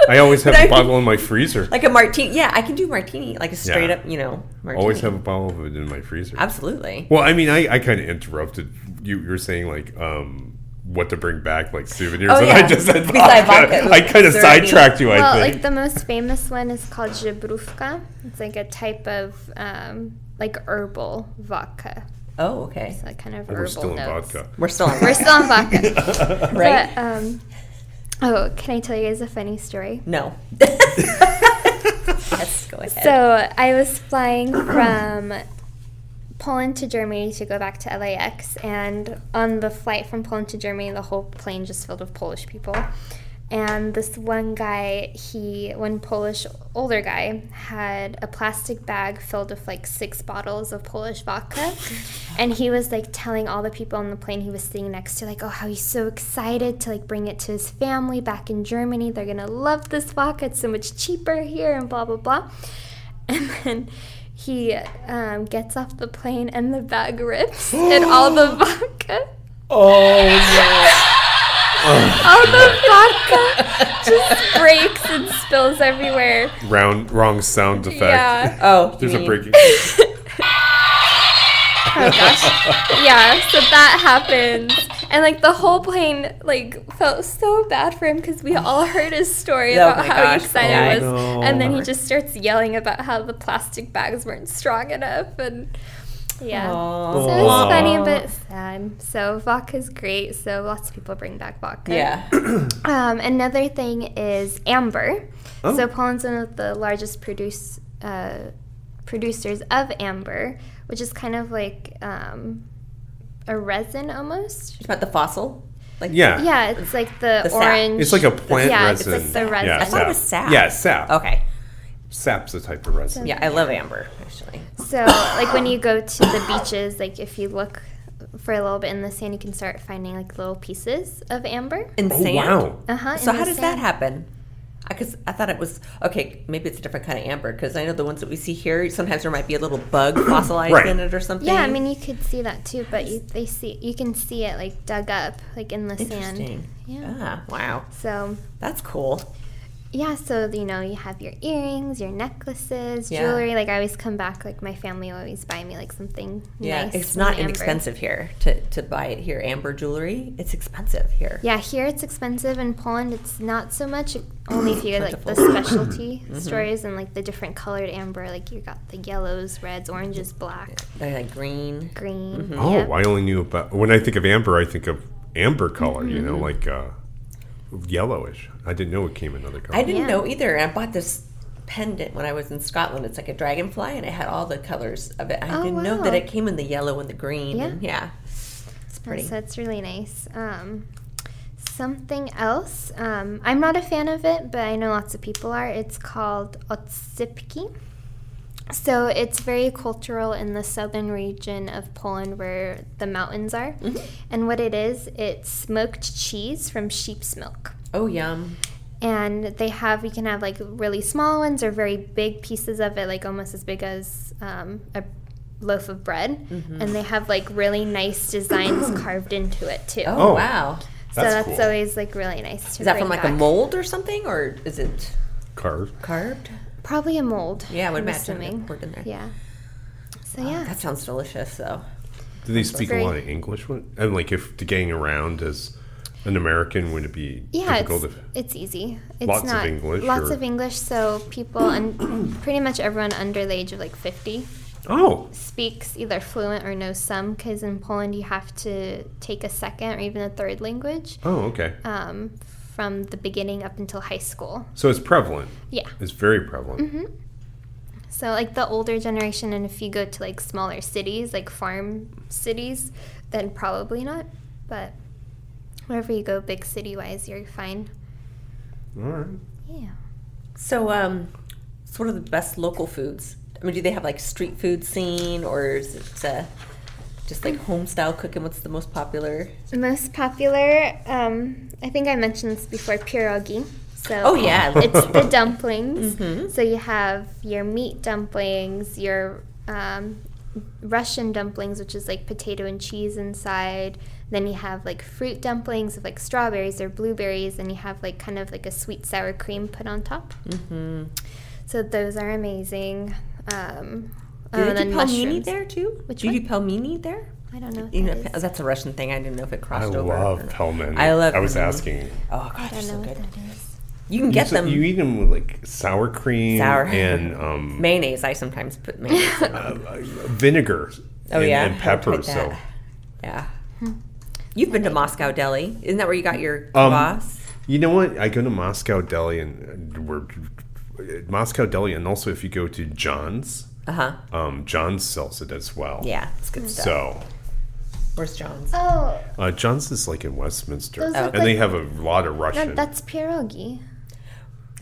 A: I always have
B: But
A: a
B: I-
A: bottle in my freezer.
B: like a martini. Yeah, I can do martini, like a straight
A: Yeah.
B: up, you know, martini.
A: Always have a bottle of it in my freezer.
B: Absolutely.
A: Well, I mean, I, I kind of interrupted. You, you were saying like um, what to bring back, like souvenirs,
B: Oh,
A: and
B: yeah.
A: I just said
B: Besides
A: vodka.
B: vodka,
A: I kind of
B: is there any-
A: sidetracked you. I
C: well,
A: think.
C: like the most famous one is called Jabrufka. It's like a type of um, like herbal vodka,
B: Oh, okay.
C: so kind of herbal
A: we're still in
C: notes.
A: vodka.
B: We're still on
C: We're still on vodka,
B: right?
C: but um, oh, can I tell you guys a funny story?
B: no. Let's go ahead.
C: So I was flying from Poland to Germany to go back to LAX, and on the flight from Poland to Germany, the whole plane just filled with Polish people. And this one guy, he, one Polish older guy, had a plastic bag filled with like six bottles of Polish vodka. and he was like telling all the people on the plane he was sitting next to, like, oh, how he's so excited to like bring it to his family back in Germany. They're gonna love this vodka. It's so much cheaper here, and blah, blah, blah. And then he um, gets off the plane and the bag rips and all the vodka,
B: Oh,
C: all the vodka just breaks and spills everywhere.
A: Round, wrong sound effect.
C: Yeah.
B: oh,
A: There's
B: you
A: a
B: mean-
A: breaking.
C: Oh gosh. Yeah, so that happens. And like the whole plane like felt so bad for him because we all heard his story
B: Oh
C: about
B: my
C: how
B: gosh.
C: excited
A: Oh,
C: it was.
A: no.
C: And then he just starts yelling about how the plastic bags weren't strong enough and yeah.
B: Aw.
C: So it was
A: Aw.
C: funny but sad. So vodka's great. So lots of people bring back vodka.
B: Yeah.
C: Um, another thing is amber.
A: Oh.
C: So Poland's one of the largest produce uh, producers of amber, which is kind of like um, a resin almost.
B: It's about the fossil. Like
A: Yeah.
C: Yeah, it's like the,
B: The sap.
C: orange.
A: It's like a plant
C: Yeah, it's
A: resin.
C: like the resin.
A: Yeah,
C: I
B: thought it was
A: sap.
B: sap.
A: Yeah, sap.
B: Okay.
A: Sap's a type of resin.
B: Yeah, I love amber actually.
C: So like when you go to the beaches, like if you look for a little bit in the sand, you can start finding like little pieces of amber.
B: And
A: Oh
B: sand.
A: wow!
C: Uh huh.
B: So how does that happen? Because I thought it was okay. Maybe it's a different kind of amber. Because I know the ones that we see here. Sometimes there might be a little bug fossilized
A: Right.
B: in it or something.
C: Yeah, I mean you could see that too, but you, they see you can see it like dug up like in the sand.
B: interesting.
C: Yeah.
B: Ah, wow,
C: So
B: that's cool.
C: Yeah, so you know, you have your earrings, your necklaces,
B: Yeah.
C: jewelry. Like I always come back, like my family always buy me like something
B: Yeah,
C: nice.
B: it's
C: in
B: not
C: amber.
B: inexpensive here to, to buy it here. Amber jewelry, it's expensive here.
C: Yeah, here it's expensive. In Poland, it's not so much. Only if you get like the specialty
B: Mm-hmm.
C: stores and like the different colored amber. Like you got the yellows, reds, oranges, black,
B: They're like green.
C: green.
B: Mm-hmm.
A: Oh,
C: yep.
A: I only knew about when I think of amber. I think of amber color. You
C: Mm-hmm.
A: know, like uh, yellowish. I didn't know it came in other
B: I
A: colors.
B: didn't
C: Yeah.
B: know either. I bought this pendant when I was in Scotland. It's like a dragonfly, and it had all the colors of it. I
C: Oh,
B: didn't know that
C: wow.
B: it came in the yellow and the green.
C: Yeah.
B: and yeah. It's pretty.
C: So it's really nice. Um, something else. Um, I'm not a fan of it, but I know lots of people are. It's called otsypki. So it's very cultural in the southern region of Poland where the mountains are. And what it is, it's smoked cheese from sheep's milk.
B: Oh, yum.
C: And they have, you can have like really small ones or very big pieces of it, like almost as big as um, a loaf of bread.
B: Mm-hmm.
C: And they have like really nice designs carved into it too.
B: Oh,
A: Oh.
B: wow.
C: So
A: That's
C: that's
A: cool.
C: always like really nice to
B: Is that
C: bring
B: from like a
C: back.
B: mold or something, or is it
A: Carved.
B: carved?
C: Probably a mold.
B: Yeah, I would
C: I'm
B: imagine they
C: assuming.
B: poured in there.
C: Yeah. So yeah.
B: That sounds delicious, though.
A: Do they speak
C: very-
A: a lot of English? When, and like, if to getting around as an American, would it be
C: yeah,
A: difficult?
C: it's,
A: if,
C: it's easy. It's
A: Lots of
C: not
A: English,
C: lots
A: or-
C: of English. So people and pretty much everyone under the age of like fifty
A: Oh,
C: speaks either fluent or knows some, because in Poland you have to take a second or even a third language
A: oh, okay.
C: um, from the beginning up until high school.
A: So it's prevalent.
C: Yeah.
A: It's very prevalent.
C: Mm-hmm. So, like the older generation, and if you go to like smaller cities, like farm cities, then probably not. But wherever you go, big city wise, you're fine.
A: All right.
C: Yeah.
B: So, um, so what are the best local foods? I mean, do they have like street food scene, or is it uh, just like home style cooking? What's the most popular?
C: Most popular, um, I think I mentioned this before, pierogi. So
B: Oh yeah,
C: it's uh, the dumplings.
B: Mm-hmm.
C: So you have your meat dumplings, your um, Russian dumplings, which is like potato and cheese inside. Then you have like fruit dumplings of like strawberries or blueberries, and you have like kind of like a sweet sour cream put on top. Mm-hmm. So those are amazing. Um,
B: do they
C: and then
B: do pelmeni
C: mushrooms.
B: there too?
C: Which
B: do you do pelmeni there?
C: I don't know. What
B: You know,
C: that is.
B: oh, that's a Russian thing. I didn't know if it
A: I
B: crossed over.
A: love Pelman.
B: I love
A: I was
B: pelmeni.
A: asking.
B: Oh god,
C: I
B: they're
C: don't know
B: so
C: what
B: good.
C: that is.
B: You can get
A: So
B: them
A: you eat them with like sour cream
B: Sour.
A: and um,
B: mayonnaise. I sometimes put mayonnaise. in.
A: vinegar.
B: Oh
A: and,
B: yeah,
A: and
B: I would
A: pepper.
B: put
A: So
B: that. yeah. You've been to Moscow Deli, isn't that where you got your
A: Um,
B: boss?
A: you know what? I go to Moscow Deli and uh, we're Moscow Deli, and also if you go to John's,
B: Uh huh.
A: um, John's sells it as well.
B: Yeah, it's good stuff.
A: So
B: Where's John's?
C: Oh,
A: uh, John's is like in Westminster,
C: Those
A: and
C: look
A: they
C: like-
A: have a lot of
C: no,
A: Russian
C: that's pierogi.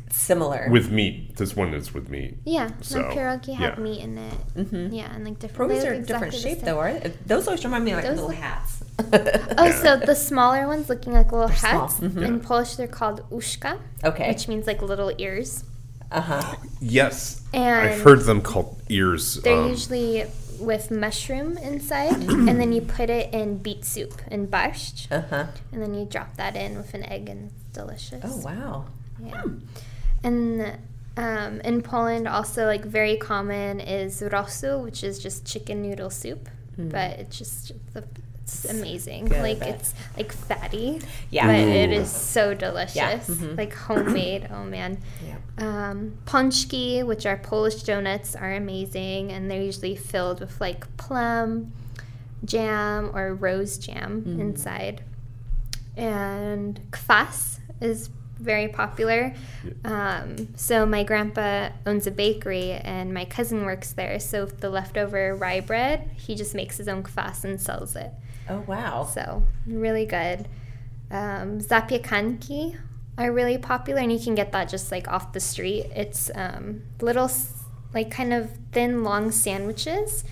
B: Similar.
A: with meat. This one is with meat.
C: Yeah,
A: So,
C: no pierogi have
A: yeah.
C: meat in it. Yeah, and like different.
B: Probably
C: they
B: Mm-hmm. are
C: look
B: different
C: exactly the
B: shape
C: same.
B: though, aren't they? Those always remind me of like
C: Those
B: little
C: look-
B: hats.
C: Oh, so the smaller ones looking like little
B: small.
C: hats. In Polish, they're called uszka,
B: Okay.
C: which means like little ears.
B: Uh huh.
A: Yes, I've
C: And-
A: heard them called ears.
C: They're
A: um,
C: usually with mushroom inside, and then you put it in beet soup and borscht,
B: Uh huh.
C: and then you drop that in with an egg, and it's delicious.
B: Oh wow.
C: Yeah. And um, in Poland, also like very common is rosu, which is just chicken noodle soup, but it's just the, it's amazing.
B: Mm. good, I
C: like
B: bet.
C: it's like fatty,
B: Yeah.
C: but it is so delicious.
B: mhm.
C: Like homemade. oh man.
B: Yeah.
C: Um, pączki, which are Polish donuts, are amazing, and they're usually filled with like plum jam or rose jam inside. And kwas is very popular. Um, so my grandpa owns a bakery, and my cousin works there. So if the leftover rye bread, he just makes his own kwas and sells it.
B: Oh wow.
C: So really good. Um, zapiekanki are really popular, and you can get that just like off the street. It's um, little, s- like kind of thin, long sandwiches,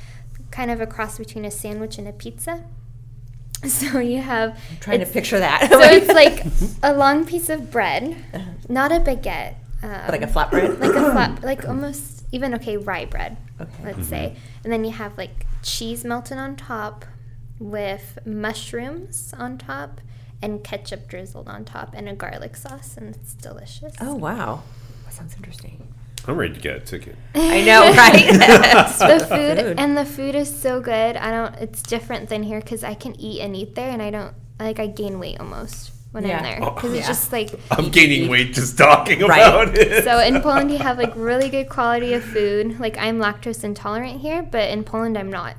C: kind of a cross between a sandwich and a pizza. So you have
B: Trying to
C: it's-
B: picture that.
C: so it's like a long piece of bread, not a baguette, um,
B: like a flatbread.
C: like a flat, like almost even okay rye bread,
B: Okay.
C: let's say, and then you have like cheese melted on top, with mushrooms on top, and ketchup drizzled on top, and a garlic sauce, and it's delicious.
B: Oh wow. That sounds interesting.
A: I'm ready to get a ticket.
B: I know, right?
C: the food,
B: Food.
C: and the food is so good. I don't. It's different than here because I can eat and eat there, and I don't like I gain weight almost when
B: Yeah. Oh,
C: I'm there because it's
B: Yeah.
C: just like
A: I'm gaining weight just talking
B: Right.
A: about it.
C: So in Poland, you have like really good quality of food. Like I'm lactose intolerant here, but in Poland, I'm not.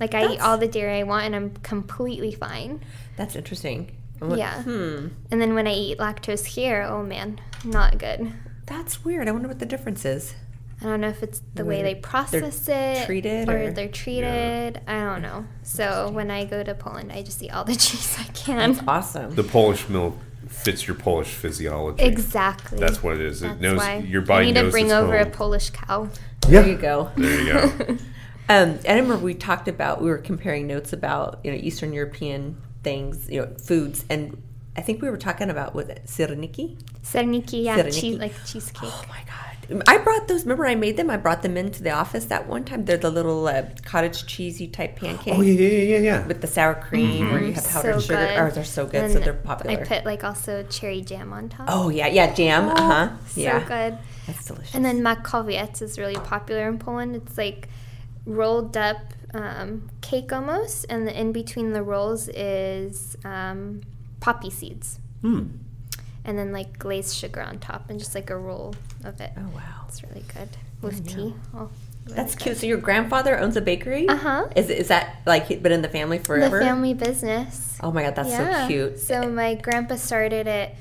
C: Like I eat
B: That's-
C: all the dairy I want, and I'm completely fine.
B: That's interesting. I'm like,
C: Yeah.
B: Hmm.
C: And then when I eat lactose here, oh man, not good.
B: That's weird. I wonder what the difference is.
C: I don't know if it's the way
B: Whether
C: they process it,
B: treated
C: or,
B: or-
C: they're treated. I don't know. So when I go to Poland, I just eat all the cheese I can.
B: Awesome.
A: The Polish milk fits your Polish physiology.
C: Exactly.
A: That's what it is.
C: That's
A: it knows
C: why
A: your
C: I
A: body
C: need
A: knows
C: to bring
A: its
C: over
A: home.
C: a Polish cow.
A: yeah.
B: There you go.
A: There you go.
B: Um, I remember we talked about we were comparing notes about you know Eastern European things, you know, foods, and I think we were talking about was it Sirniki?
C: Serniki, yeah,
B: Serniki.
C: cheese like cheesecake.
B: Oh my god! I brought those. Remember, I made them. I brought them into the office that one time. They're the little uh, cottage cheesy type pancakes
A: oh yeah, Mm-hmm. yeah, yeah, yeah.
B: with the sour cream, where you have powdered
C: so
B: sugar.
C: good.
B: Oh, they're so good. so
C: And
B: they're popular.
C: I put like also cherry jam on top.
B: oh yeah, yeah, jam. uh huh.
C: So
B: Yeah,
C: good.
B: that's delicious.
C: And then makowiec is really popular in Poland. It's like rolled up um, cake almost, and the, in between the rolls is um, poppy seeds.
B: Hmm.
C: And then like glazed sugar on top, and just like a roll of it.
B: oh wow.
C: It's really good with tea. Oh,
B: That's cute. So your grandfather owns a bakery.
C: Uh-huh.
B: Is is that like been in the family
C: The
B: forever?
C: family business.
B: Oh my god, that's so cute.
C: So my grandpa started it.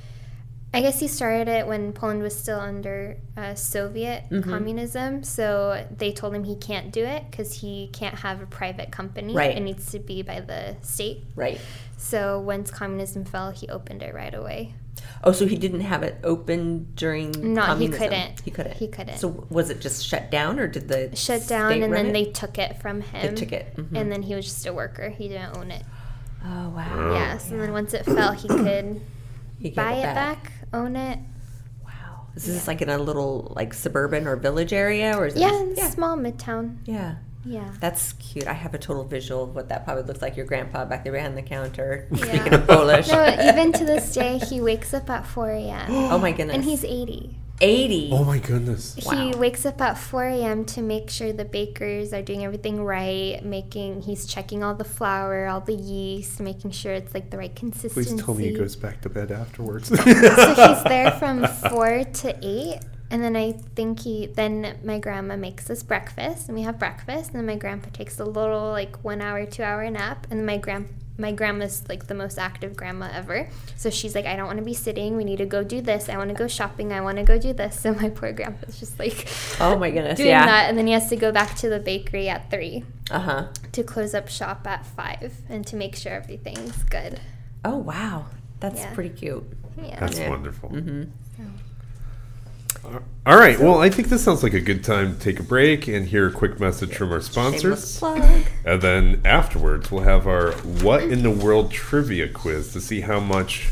C: I guess he started it when Poland was still under uh, Soviet
B: Mm-hmm.
C: communism. So they told him he can't do it because he can't have a private company.
B: Right.
C: It needs to be by the state.
B: right.
C: So once communism fell, he opened it right away.
B: Oh, so he didn't have it open during
C: No, he
B: communism.
C: couldn't.
B: He couldn't.
C: He couldn't.
B: So was it just shut down, or did the
C: Shut down,
B: state
C: and
B: run
C: then
B: it?
C: they took it from him.
B: took it, mhm.
C: And then he was just a worker. He didn't own it.
B: Oh wow.
C: yeah. So then once it fell, he could
B: He gave
C: buy it back, own it.
B: Wow. Is this like in a little like suburban or village area, or is it
C: Yeah, in a
B: yeah,
C: small midtown.
B: yeah.
C: Yeah.
B: That's cute. I have a total visual of what that probably looks like. Your grandpa back there behind the counter, speaking
C: Yeah.
B: of Polish.
C: No, even to this day, he wakes up at 4 a.m.
B: oh my goodness.
C: and he's 80.
B: eighty.
A: Oh my goodness.
C: He wakes up at 4 a.m. to make sure the bakers are doing everything right, making, he's checking all the flour, all the yeast, making sure it's like the right consistency.
A: Please tell me he goes back to bed afterwards.
C: so he's there from 4 to 8. And then I think he, then my grandma makes us breakfast and we have breakfast. And then my grandpa takes a little like one hour, two hour nap. And then my grand, my grandma's like the most active grandma ever. So she's like, I don't want to be sitting. We need to go do this. I want to go shopping. I want to go do this. So my poor grandpa's just like
B: Oh my goodness.
C: doing
B: yeah.
C: that. And then he has to go back to the bakery at 3
B: Uh huh.
C: to close up shop at 5 and to make sure everything's good.
B: Oh wow. That's
C: Yeah.
B: pretty cute.
C: Yeah.
A: That's
B: Yeah. Mm-hmm.
A: wonderful. Al- All right. Well, I think this sounds like a good time to take a break and hear a quick message from our
B: Shameless
A: sponsors.
B: plug.
A: And then afterwards, we'll have our What in the World trivia quiz to see how much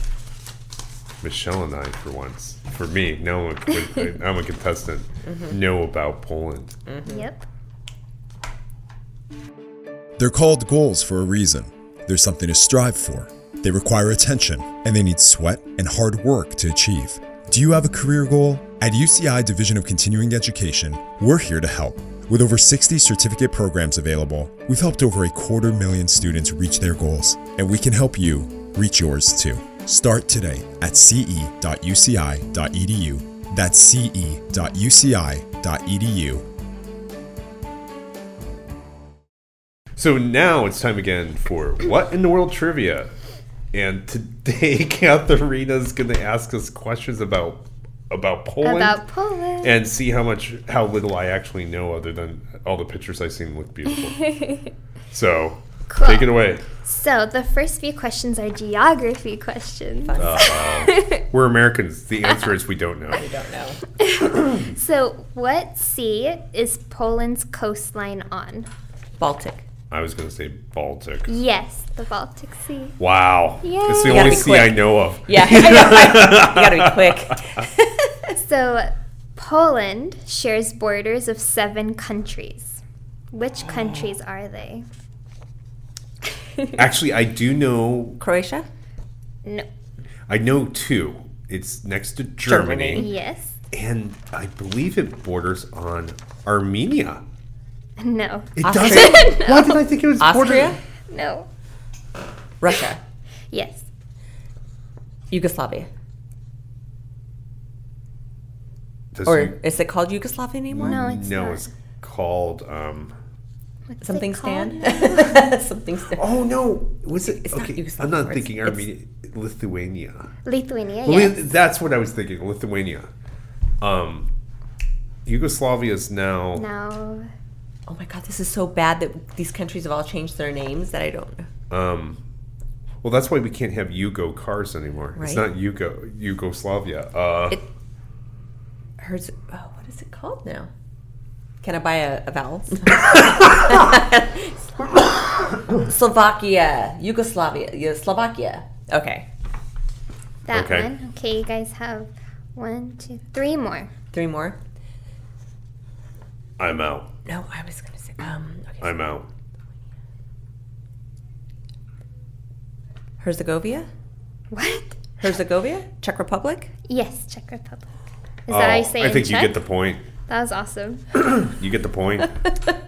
A: Michelle and I, for once, for me, now I'm a, I'm a contestant,
B: Mm-hmm.
A: know about Poland.
C: Yep.
E: They're called goals for a reason. There's something to strive for. They require attention, and they need sweat and hard work to achieve. Do you have a career goal? At UCI Division of Continuing Education, we're here to help. With over 60 certificate programs available, we've helped over a quarter million students reach their goals, and we can help you reach yours too. Start today at E ce.uci.edu. E That's E ce.uci.edu.
A: So now it's time again for What in the World trivia. And today, Katharina's going to ask us questions about about Poland.
C: About Poland.
A: and see how much how little I actually know other than all the pictures I've seen look beautiful. so
C: Cool.
A: take it away.
C: So the first few questions are geography questions.
A: We're Americans. The answer is we don't know.
B: I don't know.
C: So what sea is Poland's coastline on?
B: Baltic.
A: I was gonna say Baltic.
C: Yes, the Baltic Sea.
A: Wow. It's the
C: Yay.
A: only
B: Gotta be
A: sea
B: quick.
A: I know of.
B: Yeah. you gotta be quick.
C: So Poland shares borders of seven countries. Which countries are they?
A: Actually I do know
B: Croatia.
C: No.
A: I know two. It's next to Germany,
C: Yes.
A: and I believe it borders on Armenia.
C: No.
A: It
B: Austria?
A: doesn't. Why did I think it was
B: Austria.
A: border-
C: No.
B: Russia.
C: Yes.
B: Yugoslavia.
A: Does
B: Or
A: you-
B: is it called Yugoslavia anymore?
C: No, it's
A: no,
C: not.
A: it's called. Um,
C: What's it
B: Something stand.
C: called? No.
B: Something stand.
A: oh no, was it?
B: It's not
A: okay, I'm
B: Yugoslavia,
A: not
B: it's-
A: thinking
B: it's-
A: Armenia, Lithuania.
C: Lithuania.
A: Well,
C: Yes.
A: That's what I was thinking. Lithuania. Um, Yugoslavia is now.
C: Now
B: Oh my god, this is so bad that these countries have all changed their names that I don't know.
A: Um, well, that's why we can't have Yugo cars anymore. It's
B: Right.
A: not Yugo Yugoslavia. Uh,
B: It- Hers- oh, what is it called now? Can I buy a, a vowel? Slovakia, Yugoslavia, yeah, Slovakia. Okay,
C: that
A: Okay.
C: one. Okay, you guys have one, two, three more.
B: three more.
A: I'm out.
B: No, I was gonna say. Um, okay.
A: I'm out.
B: Herzegovina,
C: What?
B: Herzegovina, Czech Republic.
C: Yes, Czech Republic. Is that how you
A: Oh,
C: say it
A: I
C: in
A: think you
C: Czech?
A: get the point.
C: That was awesome.
A: You get the point.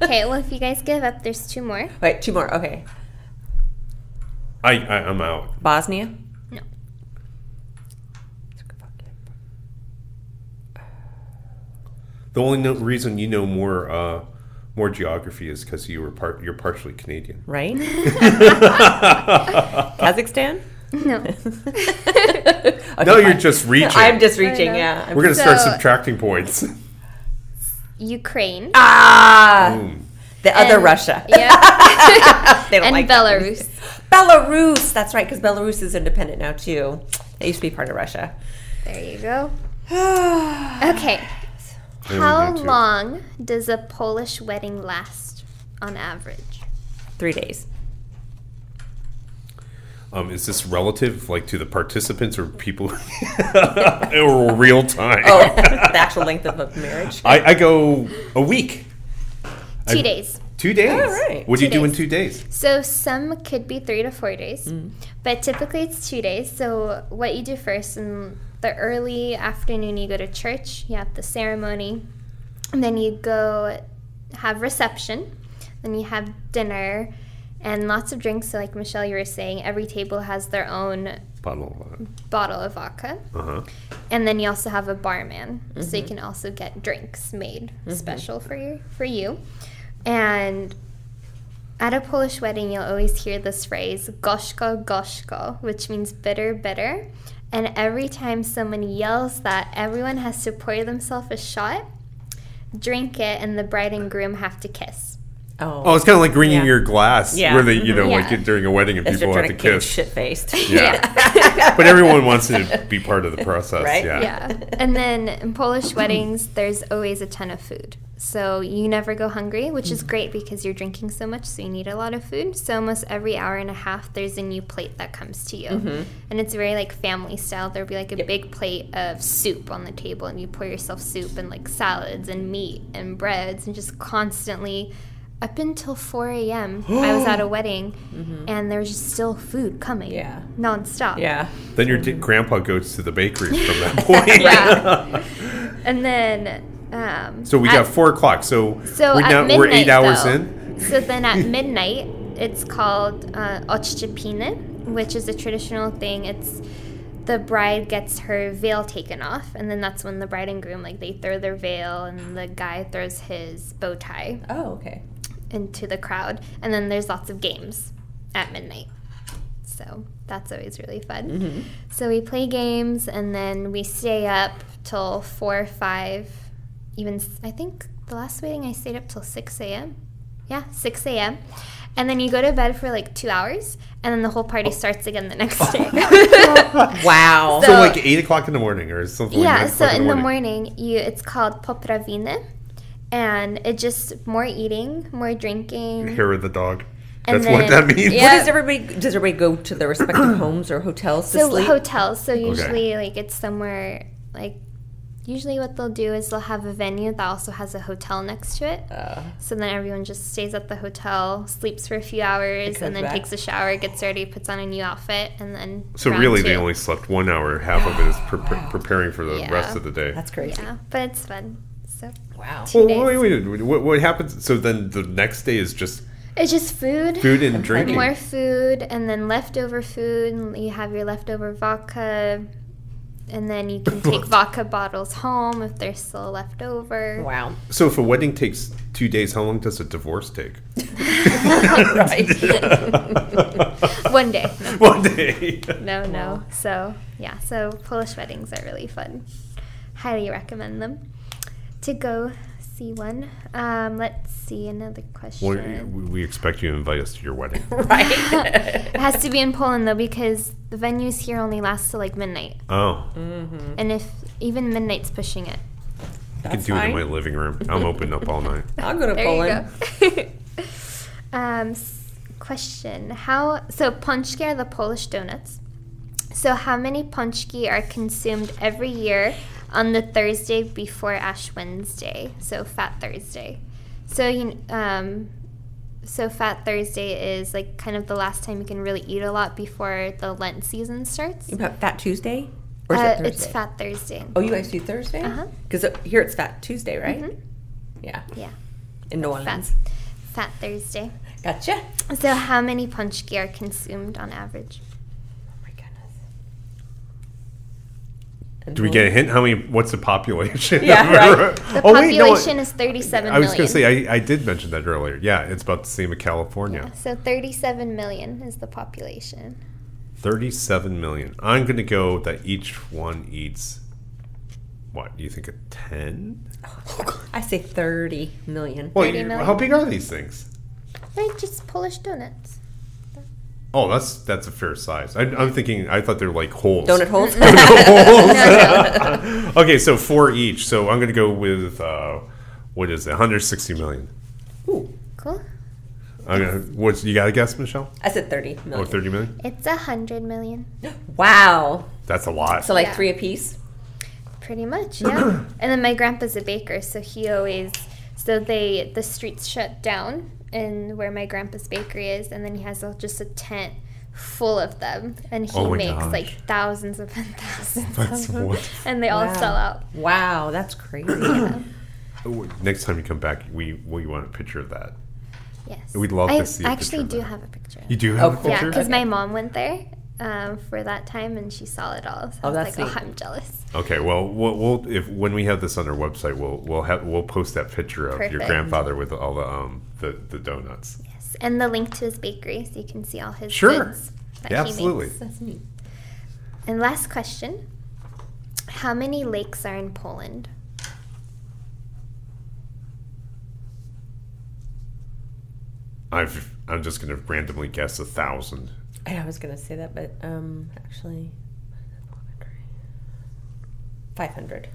C: Okay, well, if you guys give up, there's two more.
B: Wait, two more. Okay,
A: I, I I'm out.
B: Bosnia.
C: No.
A: The only no- reason you know more uh, more geography is because you were part. You're partially Canadian.
B: right? Kazakhstan?
C: No.
B: Okay,
A: No, you're
B: fine.
A: just reaching.
B: I'm just reaching,
C: know.
B: yeah. I'm
A: We're gonna start
C: So-
A: subtracting points.
C: Ukraine.
B: Ah, the other
C: And-
B: Russia.
C: Yeah.
B: They don't
C: And
B: like that.
C: Belarus.
B: Belarus. That's right, because Belarus is independent now too. They used to be part of Russia.
C: There you go. Okay. How
A: do too.
C: long does a Polish wedding last on average?
B: Three days.
A: Um, is this relative, like, to the participants or people, or real time?
B: Oh, the actual length of a marriage.
A: I, I go a week,
C: Two
A: I-
C: days.
A: two days.
B: All right.
A: What do you
C: Two
A: do in
C: days.
A: two days?
C: So some could be three to four days, but typically it's two days. So what you do first in the early afternoon, you go to church, you have the ceremony, and then you go have reception, then you have dinner, and lots of drinks. So like Michelle, you were saying, every table has their own
A: Bottle. of wine.
C: bottle of vodka,
A: Uh-huh.
C: and then you also have a barman, so you can also get drinks made special for you for you. And at a Polish wedding, you'll always hear this phrase "goshko goshko," which means bitter, bitter. And every time someone yells that, everyone has to pour themselves a shot, drink it, and the bride and groom have to kiss.
A: Oh,
B: Oh,
A: it's kind of like ringing
B: Yeah.
A: your glass,
B: Yeah.
A: where they, you know,
C: Yeah.
A: like during a wedding and
B: it's
A: people
B: just
A: have
B: to
A: to kiss.
B: shit faced.
A: Yeah. but everyone wants to be part of the process.
B: Right?
A: Yeah.
C: yeah. And then in Polish weddings, there's always a ton of food. So you never go hungry, which
B: Mm.
C: is great because you're drinking so much, so you need a lot of food. So almost every hour and a half, there's a new plate that comes to you.
B: Mm-hmm.
C: And it's very like family style. There'll be like a big plate of soup on the table, and you pour yourself soup and like salads and meat and breads and just constantly. Up until 4 a.m., I was at a wedding, and there was just still food coming.
B: Mm-hmm. Yeah.
C: Nonstop.
B: Yeah.
A: Then your di- grandpa goes to the bakery from that point.
C: Yeah. and then. Um,
A: So we
C: at-
A: got four o'clock. So,
C: So
A: we're,
C: at
A: now,
C: midnight,
A: we're eight hours
C: though,
A: in.
C: So then at midnight, it's called uh, Ochchipinen, which is a traditional thing. It's the bride gets her veil taken off, and then that's when the bride and groom like they throw their veil, and the guy throws his bow tie
B: Oh, okay.
C: into the crowd, and then there's lots of games at midnight. So that's always really fun. So we play games, and then we stay up till four or five. Even s- I think the last wedding I stayed up till six a.m. Yeah, six a.m. And then you go to bed for like two hours, and then the whole party starts again the next day.
B: Wow.
A: So
C: So-
A: like eight o'clock in the morning or something. like
C: yeah,
A: nine
C: so
A: o'clock
C: in the morning, you it's called poprawiny, and it just more eating, more drinking.
A: Hair of the dog.
C: And
A: That's what
C: then-
A: that means.
C: yeah.
B: Where does everybody does everybody go to their respective homes or hotels to
C: So
B: sleep?
C: hotels. So usually, like it's somewhere like. Usually, what they'll do is they'll have a venue that also has a hotel next to it.
A: Ah.
C: so then everyone just stays at the hotel, sleeps for a few hours,
B: comes
C: and then
B: back.
C: takes a shower, gets ready, puts on a new outfit, and then.
A: So
C: round
A: really, they
C: two.
A: only slept one hour. Half of it is pre- pre- preparing for the
C: Yeah.
A: rest of the day.
B: That's crazy.
C: Yeah, but it's fun. So
B: Wow.
A: well,
C: days.
A: wait, wait, wait. What, what happens? So then the next day is just
C: it's just food.
A: food and drinking.
C: More food, and then leftover food. And you have your leftover vodka, and then you can take vodka bottles home if they're still left over.
B: Wow.
A: So if a wedding takes two days, how long does a divorce take?
B: Right.
C: One day.
A: One day.
C: No, no. So, yeah, so Polish weddings are really fun. Highly recommend them to go see one. Um, let's see another question.
A: Well, we we expect you to invite us to your wedding.
B: right.
C: It has to be in Poland though because the venues here only last till like midnight,
A: Oh,
C: and if even midnight's pushing it.
A: I can
B: That's
A: do it in my
B: fine.
A: living room. I'm open up all night.
B: I'll go to
C: There
B: Poland.
C: you go. um, s- question: How so? Ponchki are the Polish donuts. So, how many ponchki are consumed every year on the Thursday before Ash Wednesday? So, Fat Thursday. So, you kn- um, so Fat Thursday is like kind of the last time you can really eat a lot before the Lent season starts.
B: About Fat Tuesday? Or is
C: Uh,
B: it Thursday?
C: it's Fat Thursday.
B: Oh, you guys do Thursday?
C: Uh-huh. Mm-hmm.
B: Because here it's Fat Tuesday, right? Yeah.
C: Yeah,
B: In New Orleans.
C: Fat, Fat Thursday.
B: Gotcha. Oh
C: So, how many ponchki are consumed on average?
B: Oh my goodness.
A: Do we get a hint? How many? What's the population?
B: Yeah, right.
C: The
A: Oh, wait, no, I-
C: population is 37
A: I was going to
C: million.
A: say I, I did mention that earlier. Yeah, it's about the same as California.
C: so 37 million is the population.
A: 37 million. I'm going to go that each one eats what? Do you think a 10?
B: I say 30 million.
A: Well,
C: 30
A: you-
C: million.
A: how big are these things?
C: Right, just Polish donuts.
A: Oh, that's that's a fair size. I, I'm thinking. I thought they're like holes.
B: Donut holes?
A: Okay, so four each. So I'm going to go with uh, what is it? 160 million.
C: Cool.
A: I'm gonna, what's you got to guess, Michelle?
B: I said 30
A: Or
B: million.
A: 30 million?
C: It's a 100 million.
B: Wow.
A: That's a lot.
B: So like
C: Yeah.
B: three apiece?
C: Pretty much, yeah. and then my grandpa's a baker, so he always so they the streets shut down and where my grandpa's bakery is, and then he has a, just a tent full of them, and he
A: Oh my
C: makes
A: gosh.
C: like thousands of and thousands
A: That's
C: of them,
A: what-
C: and they all
B: Wow.
C: sell out.
B: Wow, that's crazy.
A: Next time you come back, we we want a picture of that.
C: Yes,
A: We'd love
C: I
A: to see a picture
C: actually
A: of
C: do
A: that.
C: have a picture.
A: You do have
B: Oh,
A: a
C: Yeah,
A: picture?
C: because my mom went there um, for that time, and she saw it all. So
B: Oh,
C: I was
B: that's
C: like,
B: neat.
C: oh, I'm jealous.
A: Okay, well, we'll, we'll if when we have this on our website, we'll we'll have we'll post that picture of your
C: Perfect.
A: grandfather with all the um the, the donuts.
C: Yes, and the link to his bakery, so you can see all his
A: Sure.
C: goods that
A: Yeah,
C: he makes.
A: absolutely.
B: that's neat.
C: And last question How many lakes are in Poland?
A: I've I'm just gonna randomly guess a thousand.
B: I was going to say that, but um, actually, 500.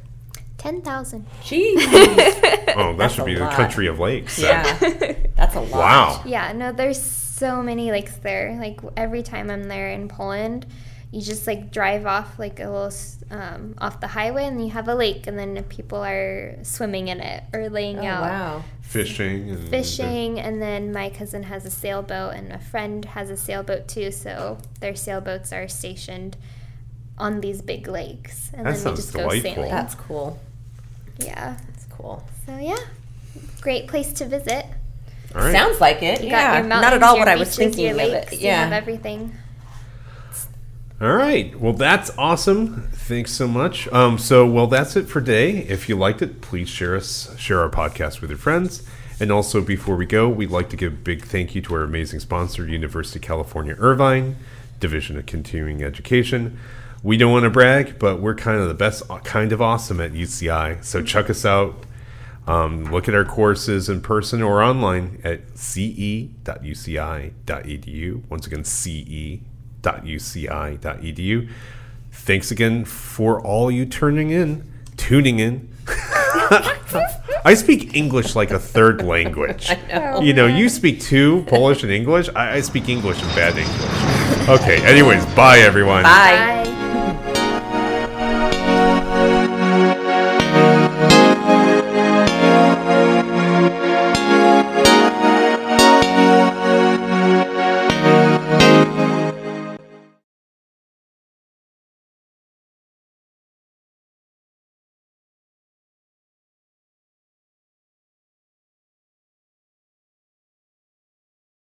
C: 10,000.
B: Jeez.
A: Oh, that
B: That's
A: should
B: a
A: be the
B: lot.
A: country of lakes. then.
B: yeah. That's a lot.
A: Wow.
C: Yeah, no, there's so many lakes there. Like every time I'm there in Poland, you just like drive off like a little s- um, off the highway and you have a lake, and then people are swimming in it or laying
B: Oh,
C: out.
B: wow.
A: Fishing and
C: Fishing, and then my cousin has a sailboat, and a friend has a sailboat too. So their sailboats are stationed on these big lakes, and
A: That
C: then
A: sounds
C: we just
A: delightful.
C: go sailing.
B: That's cool.
C: Yeah.
B: That's cool.
C: So yeah, great place to visit.
A: All right.
B: Sounds like it.
C: You
B: yeah.
C: got your mountains,
B: Not at all
C: your
B: what I was
C: beaches,
B: thinking
C: your
B: of
C: lakes,
B: it.
C: You have
B: Yeah.
C: everything.
A: All right. Well, that's awesome. Thanks so much. Um, so, well, that's it for today. If you liked it, please share us, share our podcast with your friends. And also, before we go, we'd like to give a big thank you to our amazing sponsor, University of California Irvine, Division of Continuing Education. We don't want to brag, but we're kind of the best kind of awesome at UCI. So check us out. Um, look at our courses in person or online at ce.uci.edu. Once again, ce.uci.edu. Thanks again for all you turning in, tuning in. I speak English like a third language. You know, you speak two Polish and English. I, I speak English and bad English. Okay, anyways, bye everyone.
B: Bye.
C: Bye.